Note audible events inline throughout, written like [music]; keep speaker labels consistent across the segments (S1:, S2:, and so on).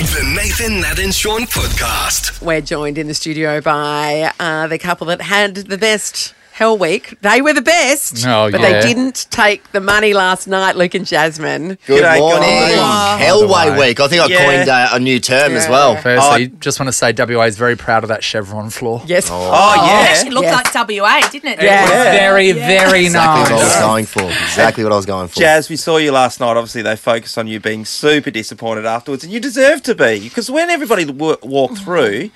S1: The Nathan, Nat, and Sean podcast.
S2: We're joined in the studio by uh, the couple that had the best Hell Week. They were the best,
S3: Oh,
S2: but
S3: yeah.
S2: they didn't take the money last night, Luke and Jasmine.
S4: Good
S5: G'day,
S4: morning.
S5: guys.
S3: By the
S4: Hellway
S3: way.
S4: Week. I think I
S5: Yeah.
S4: coined uh, a new term as
S2: Yeah.
S4: well.
S3: Firstly, just want to say WA is very proud of that chevron floor.
S2: Yes.
S5: Oh, yeah.
S6: actually looked
S2: Yes.
S6: like WA, didn't it?
S2: Yeah.
S3: It's Very, very
S4: Exactly what I was
S3: nice.
S4: going for. Exactly what I was going for.
S5: Jazz, we saw you last night. Obviously, they focused on you being super disappointed afterwards, and you deserve to be because when everybody w- walked through,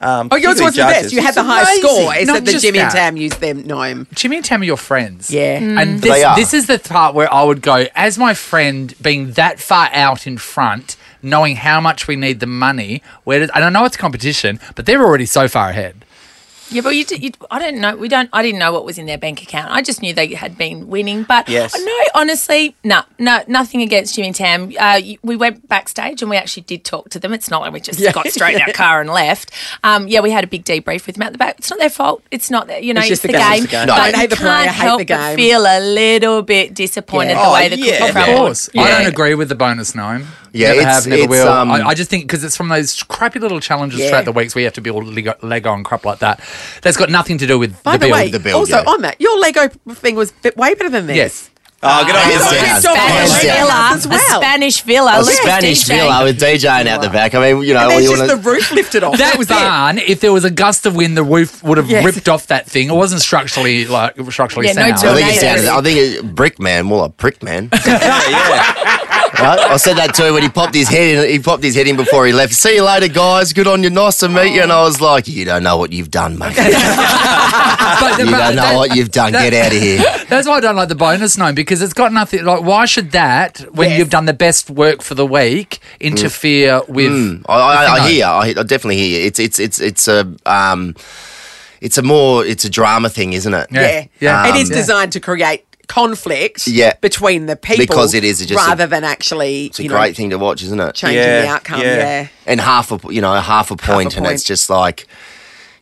S5: um,
S2: Oh, yours
S5: particularly
S2: was the
S5: judges,
S2: best. You had
S5: it's
S2: the high
S5: amazing.
S2: score. It's
S3: Not
S2: that the
S3: just
S2: Jimmy and
S3: that.
S2: Tam used them gnome.
S3: Jimmy and Tam are your friends.
S2: Yeah. Mm.
S3: And
S4: They
S3: this,
S4: are.
S3: this is the part where I would go, as my friend being that far out in front, knowing how much we need the money, where does, and I know it's competition, but they're already so far ahead.
S6: Yeah, but you, did- you, I don't know. We don't. I didn't know what was in their bank account. I just knew they had been winning. But
S5: Yes.
S6: no, honestly, no, no, nothing against Jimmy and Tam. Uh, you- we went backstage and we actually did talk to them. It's not like we just got straight in our car and left. Um, yeah, we had a big debrief with them at the back. It's not their fault. It's not their, you know,
S2: It's
S6: it's,
S2: just
S6: the,
S2: the game.
S6: game.
S2: It's the game.
S4: No, I
S6: But
S2: hate
S6: you
S2: the
S6: can't
S2: player, I hate
S6: help
S2: the game.
S6: but feel a little bit disappointed
S2: Yeah.
S6: the
S5: Oh,
S6: way the
S5: yeah.
S6: cookie
S5: Of
S3: Of
S6: crumbled.
S3: course. I
S6: Yeah.
S3: don't agree with the bonus gnome.
S4: Yeah,
S3: never
S4: it's-
S3: have, never
S4: it's,
S3: will.
S4: um,
S3: I, I just think because it's from those crappy little challenges
S2: Yeah.
S3: throughout the weeks where you have to build Lego, Lego and crap like that. That's got nothing to do with
S2: By the,
S3: build.
S2: way,
S4: the build,
S2: also
S4: yeah.
S2: on that, your Lego thing was bit- way better than this.
S3: Yes.
S5: Oh,
S2: [laughs]
S5: good on you,
S4: Hands
S5: mate.
S4: down.
S6: Spanish,
S4: Hands down.
S6: villa,
S2: As well.
S6: a Spanish villa.
S4: A
S6: Look at
S4: Spanish
S6: DJ.
S4: villa with DJing out the back. I mean, you know,
S2: And
S4: all
S2: there's
S4: Oh, you
S2: just
S4: want
S2: the roof lifted
S3: [laughs]
S2: off.
S3: That was on. If there was a gust of wind, the roof would have
S2: Yes.
S3: ripped off that thing. It wasn't structurally like structurally
S6: Yeah, no
S3: sound.
S4: I
S6: drill.
S4: think it's down. to that. I think it's brick man, more like prick man. [laughs] right?
S5: Oh,
S4: I said that to him when he popped his head in. He popped his head in before he left. See you later, guys. Good on you. Nice to meet you. And I was like, you don't know what you've done, mate. You
S3: But- but
S4: don't know
S3: that-
S4: what you've done. Get out of here.
S3: That's why I don't like the bonus gnome because it's got nothing. Like, why should that when
S2: Yes. Mm.
S3: you've done the best work for the week interfere with?
S4: I, I, I hear. you. I, I definitely hear. You. It's it's it's it's a um, it's a more it's a drama thing, isn't it?
S2: Yeah.
S3: Yeah.
S2: it is
S3: Um,
S2: designed to create conflict
S4: Yeah.
S2: between the people
S4: Because it is just a-
S2: rather than actually
S4: It's a
S2: you know,
S4: great thing to watch, isn't it?
S2: changing the
S5: Yeah,
S2: outcome.
S5: yeah.
S2: yeah.
S4: And half a you know half a point, and
S2: point.
S4: it's just like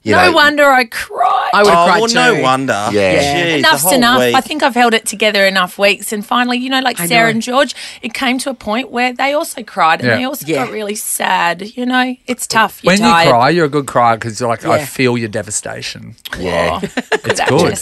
S4: you
S6: No
S4: know.
S6: wonder I cried.
S2: I would have
S5: Oh,
S2: cried
S5: well,
S2: too.
S5: no wonder.
S4: Yeah.
S5: Jeez, the
S6: Enough's
S5: whole
S6: enough.
S5: week.
S6: I think I've held it together enough weeks. And finally, you know, like
S2: I
S6: Sarah
S2: know.
S6: and George, it came to a point where they also cried and
S3: Yeah.
S6: they also
S2: Yeah.
S6: got really sad. You know, it's tough. You're
S3: When you
S6: tired.
S3: cry, you're a good crier because you're like,
S2: Yeah.
S3: I feel your devastation.
S2: Oh.
S4: [laughs] Yeah.
S6: it's
S3: good.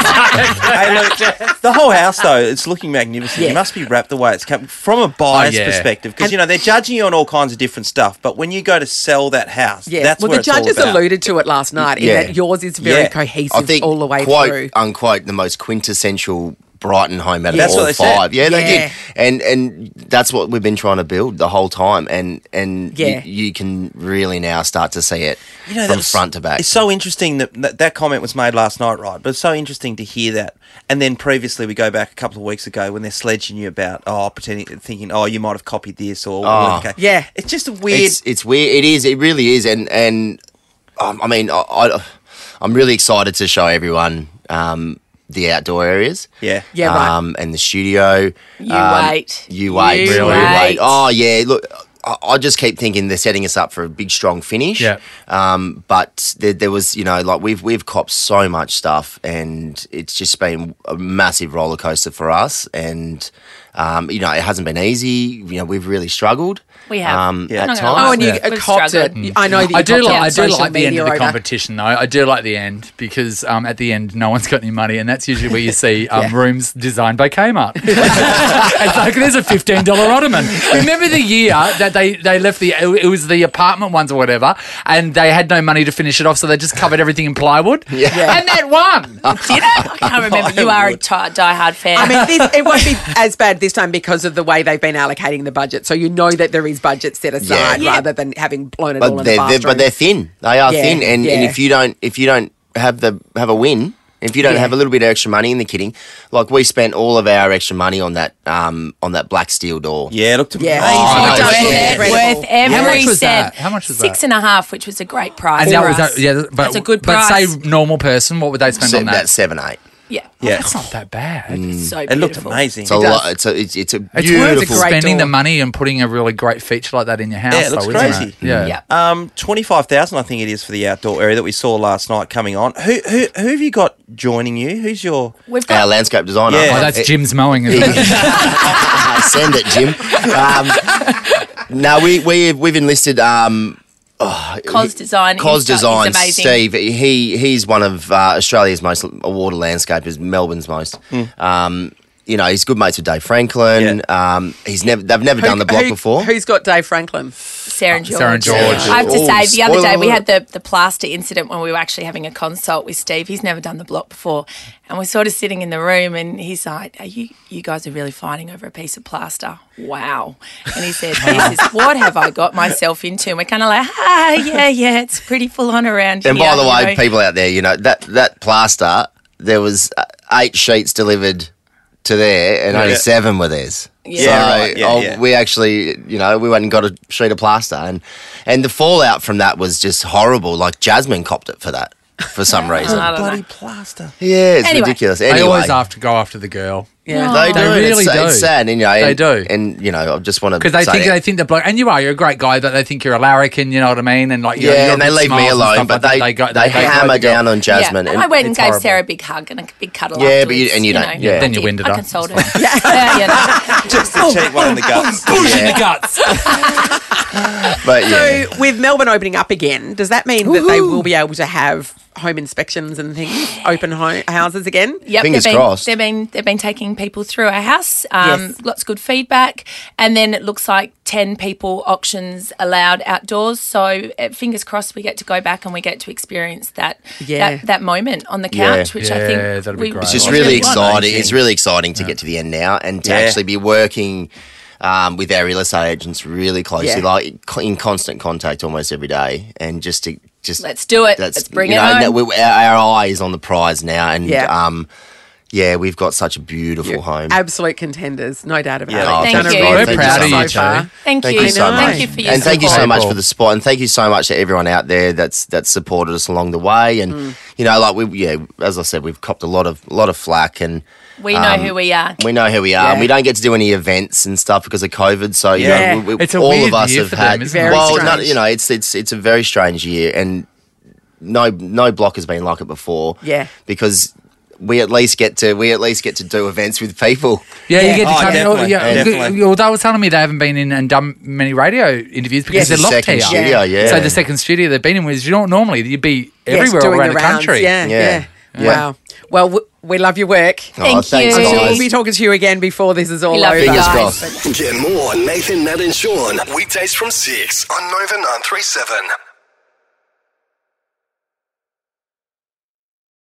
S2: [laughs]
S5: Hey, look, the whole house though, it's looking magnificent.
S2: Yeah.
S5: You must be wrapped the way it's come from a biased
S3: yeah.
S5: perspective because you know they're judging you on all kinds of different stuff. But when you go to sell that house,
S2: Yeah.
S5: that's
S2: well,
S5: where
S2: the
S5: it's all
S2: judges
S5: about.
S2: alluded to it last night in
S4: Yeah.
S2: that yours is very
S5: Yeah.
S2: cohesive
S4: I think
S2: all the way
S4: quote
S2: through.
S4: unquote the most quintessential Brighton home out of
S5: That's
S4: all
S5: what they said.
S4: five. Yeah, they
S2: Yeah.
S4: did, and and that's what we've been trying to build the whole time, and and you-
S2: Yeah.
S4: you, can really now start to see it
S5: that
S4: from
S5: was-
S4: front to back.
S5: It's so interesting that, that that comment was made last night, right? But it's so interesting to hear that. And then previously, we go back a couple of weeks ago when they're sledging you about, oh, pretending, thinking, oh, you might have copied this
S4: Oh.
S5: or okay.
S2: Yeah.
S5: It's just a weird.
S4: it's it's weird. It is. It really is. And and um, I mean, I, I I'm really excited to show everyone um, the outdoor areas.
S5: yeah.
S2: Yeah, right.
S4: Um, and the studio.
S6: You
S4: um,
S6: wait.
S4: You wait.
S6: You
S4: You
S6: wait.
S4: wait. Oh yeah. Look, I, I just keep thinking they're setting us up for a big, strong finish.
S3: Yeah.
S4: Um, but there, there was, you know, like we've we've copped so much stuff, and it's just been a massive roller coaster for us. And um, you know, it hasn't been easy. You know, we've really struggled.
S6: We have.
S4: Um,
S5: Yeah.
S4: At
S6: Not
S4: times.
S6: gonna lie.
S2: oh, and you
S6: Yeah.
S2: uh,
S6: We've
S2: copped it.
S6: struggled.
S2: I know that you
S3: Mm. I do
S2: copped it
S3: like
S2: on
S3: I do
S2: social
S3: like the end
S2: media
S3: of the
S2: over-
S3: competition though. I do like the end because um, at the end no one's got any money, and that's usually where you see um, rooms designed by Kmart. [laughs] it's like there's a fifteen dollar ottoman. Remember the year that they they left the it was the apartment ones or whatever, and they had no money to finish it off, so they just covered everything in plywood.
S4: Yeah.
S3: and that won.
S6: Did I? I can't remember. You are a ti- diehard fan. [laughs]
S2: I mean, this, it
S3: [laughs]
S2: won't be as bad this time because of the way they've been allocating the budget. So you know that there is budget set aside
S4: Yeah.
S2: rather than having blown it all in
S4: but
S2: the
S4: Uh, they're, they're
S2: bathroom.
S4: but they're thin. They are
S2: Yeah,
S4: thin, and, and
S2: yeah.
S4: if you don't if you don't have the have a win, if you don't have a little bit of extra money in the kitting, like we spent all of our extra money on that um on that black steel door.
S5: Yeah, it looked amazing.
S2: Yeah.
S4: Oh,
S5: Yeah.
S4: no,
S6: worth,
S4: it's
S6: it,
S2: incredible.
S6: worth every
S3: How much was that?
S6: cent.
S3: How much was that?
S6: Six and a half, which was a great price.
S3: And
S6: for
S3: that was
S6: us.
S3: that, yeah, but
S6: That's a good
S3: but
S6: price.
S3: say normal person, what would they spend
S4: Se-
S3: on that?
S4: that seven eight.
S6: yeah.
S5: Yeah.
S3: That's not that bad.
S6: So
S5: It looked
S6: beautiful.
S5: amazing.
S4: It's a
S2: does.
S4: lot. It's a it's, it's a
S3: It's
S4: beautiful.
S3: worth
S2: great
S3: spending the
S2: door.
S3: money and putting a really great feature like that in your house.
S5: Yeah, it looks
S3: though, isn't
S5: crazy.
S3: it? Yeah.
S6: Yeah.
S5: Um, twenty five thousand, I think it is for the outdoor area that we saw last night coming on. Who who who have you got joining you? Who's your?
S6: We've got
S4: Our landscape designer. Eh, [laughs]
S5: Yeah.
S3: Oh, that's Jim's mowing. Isn't it?
S2: [laughs]
S4: Send it, Jim. Um, Now we we've we've enlisted um
S6: Cos Design.
S4: Cos
S6: he's got-
S4: Design
S6: he's amazing.
S4: Steve. He he's one of uh, Australia's most awarded landscapers, Melbourne's most.
S5: Hmm.
S4: Um, you know, he's good mates with Dave Franklin. Um, he's never they've never done the block before.
S2: Who's got Dave Franklin?
S6: Sarah and George.
S3: Uh, Sarah and George.
S6: I have to
S4: Oh,
S6: say, the other day we
S4: spoiler
S6: had the, the plaster incident when we were actually having a consult with Steve. He's never done the block before. And we're sort of sitting in the room and he's like, Are you you guys are really fighting over a piece of plaster? Wow. And
S3: [laughs]
S6: he said, This is what have I got myself into? And we're kinda like, Ah, yeah, yeah, it's pretty full on around here.
S4: And by the
S6: you
S4: way,
S6: know.
S4: people out there, you know that that plaster there was uh, eight sheets delivered to there, and only
S5: Yeah.
S4: seven were theirs.
S6: Yeah.
S4: so
S6: Yeah,
S5: right. Yeah,
S4: I'll-
S5: yeah.
S4: we actually, you know, we went and got a sheet of plaster, and and the fallout from that was just horrible. Like Jasmine copped it for that for some reason.
S6: [laughs] I don't know.
S5: Bloody plaster.
S4: Yeah, it's
S6: Anyway.
S4: ridiculous.
S3: They
S4: Anyway,
S3: always have to go after the girl.
S2: Yeah.
S4: They, do.
S3: Oh. They
S4: and
S3: really
S4: it's,
S3: do.
S4: It's sad, and, you know,
S3: They
S4: and-
S3: do.
S4: and you know, I just want to
S3: Because they think they think the bloke, and you are, you're a great guy, but they think you're a larrikin, you know what I mean? And like, you're,
S4: yeah,
S3: you're
S4: and they
S3: a bit
S4: leave me
S3: smart and
S4: alone,
S3: stuff
S4: but
S3: like
S4: they
S3: that.
S4: they,
S3: go, go
S4: hammer
S3: the girl.
S4: down on Jasmine.
S6: Yeah. And
S4: [laughs]
S6: I went and
S3: it's
S6: gave
S3: horrible.
S6: Sarah a big hug and a big cuddle.
S4: Yeah, but you-
S6: afterwards,
S4: and you don't-
S6: know.
S4: yeah.
S3: Then you
S6: I did.
S3: winded
S6: I
S3: up.
S6: consoled
S4: [laughs]
S6: her. [laughs] yeah, yeah, no.
S5: Just to cheat one [laughs] in the guts.
S3: Bush in [laughs] the
S4: [laughs]
S3: guts.
S4: but yeah.
S2: So with Melbourne opening up again, does that mean that they will be able to have home inspections and things, open ho houses again?
S6: Yep,
S4: Fingers
S6: they've been,
S4: crossed.
S6: They've been they've been taking people through our house. Um,
S2: Yes.
S6: Lots of good feedback, and then it looks like ten people auctions allowed outdoors. So uh, fingers crossed, we get to go back and we get to experience that
S2: Yeah.
S6: that, that moment on the
S4: Yeah.
S6: couch, which I
S3: Yeah,
S6: think
S3: that'd be
S6: we,
S3: great.
S4: It's just
S6: we
S4: really
S6: want.
S4: exciting. It's really exciting to get to the end now and to
S5: Yeah.
S4: actually be working um, with our real estate agents really closely,
S2: Yeah.
S4: like co- in constant contact almost every day, and just to just
S6: Let's do it. Let's bring it home.
S4: that we- our, our eye is on the prize now, and
S2: Yeah.
S4: um, yeah, we've got such a beautiful home.
S2: Absolute contenders, no doubt about
S5: Yeah.
S2: it.
S5: Oh,
S2: You've
S6: thank
S2: done a
S6: you.
S2: really
S6: We're
S2: good
S3: proud of
S2: job
S3: you,
S2: so far.
S3: Jay.
S6: Thank,
S4: Thank
S6: you,
S4: you so much.
S6: thank you for your
S4: and thank you so
S6: support.
S4: much
S3: April.
S4: for the support, and thank you so much to everyone out there that's that's supported us along the way. And
S6: Mm.
S4: you know, like we, yeah, as I said, we've copped a lot of a lot of flack, and
S6: We know
S4: um,
S6: who we are.
S4: We know who we are. and We don't get to do any events and stuff because of COVID. So you
S2: Yeah.
S4: know, we, we-
S3: It's a
S4: all
S3: weird
S4: of us
S3: year
S4: have
S3: for them,
S4: had.
S3: isn't it? Very
S4: well,
S2: strange.
S4: you know, it's it's it's a very strange year, and no no block has been like it before.
S2: Yeah.
S4: because we at least get to we at least get to do events with people.
S3: Yeah,
S2: Yeah.
S3: you get
S5: Oh,
S3: to come in. oh,
S5: definitely,
S3: Yeah,
S5: definitely.
S3: Well, they were telling me they haven't been in and done many radio interviews because
S4: It's
S3: they're
S4: the
S3: locked
S4: second
S3: here.
S4: studio, yeah.
S3: So the second studio they've been in was you don't normally you'd be
S2: Yes,
S3: everywhere
S2: doing
S3: around
S2: the
S3: the,
S2: rounds.
S3: country.
S2: Yeah, yeah.
S4: Yeah. Yeah.
S2: Wow. Well, w- we love your work.
S4: oh,
S6: Thank
S4: thanks,
S6: you.
S2: I'm sure
S4: guys.
S2: we'll be talking to you again before this is all
S6: love
S2: over.
S6: you
S4: Fingers
S6: guys.
S4: crossed.
S1: Get more Nathan, Nat, and Sean weekdays from 6 on Nova 937.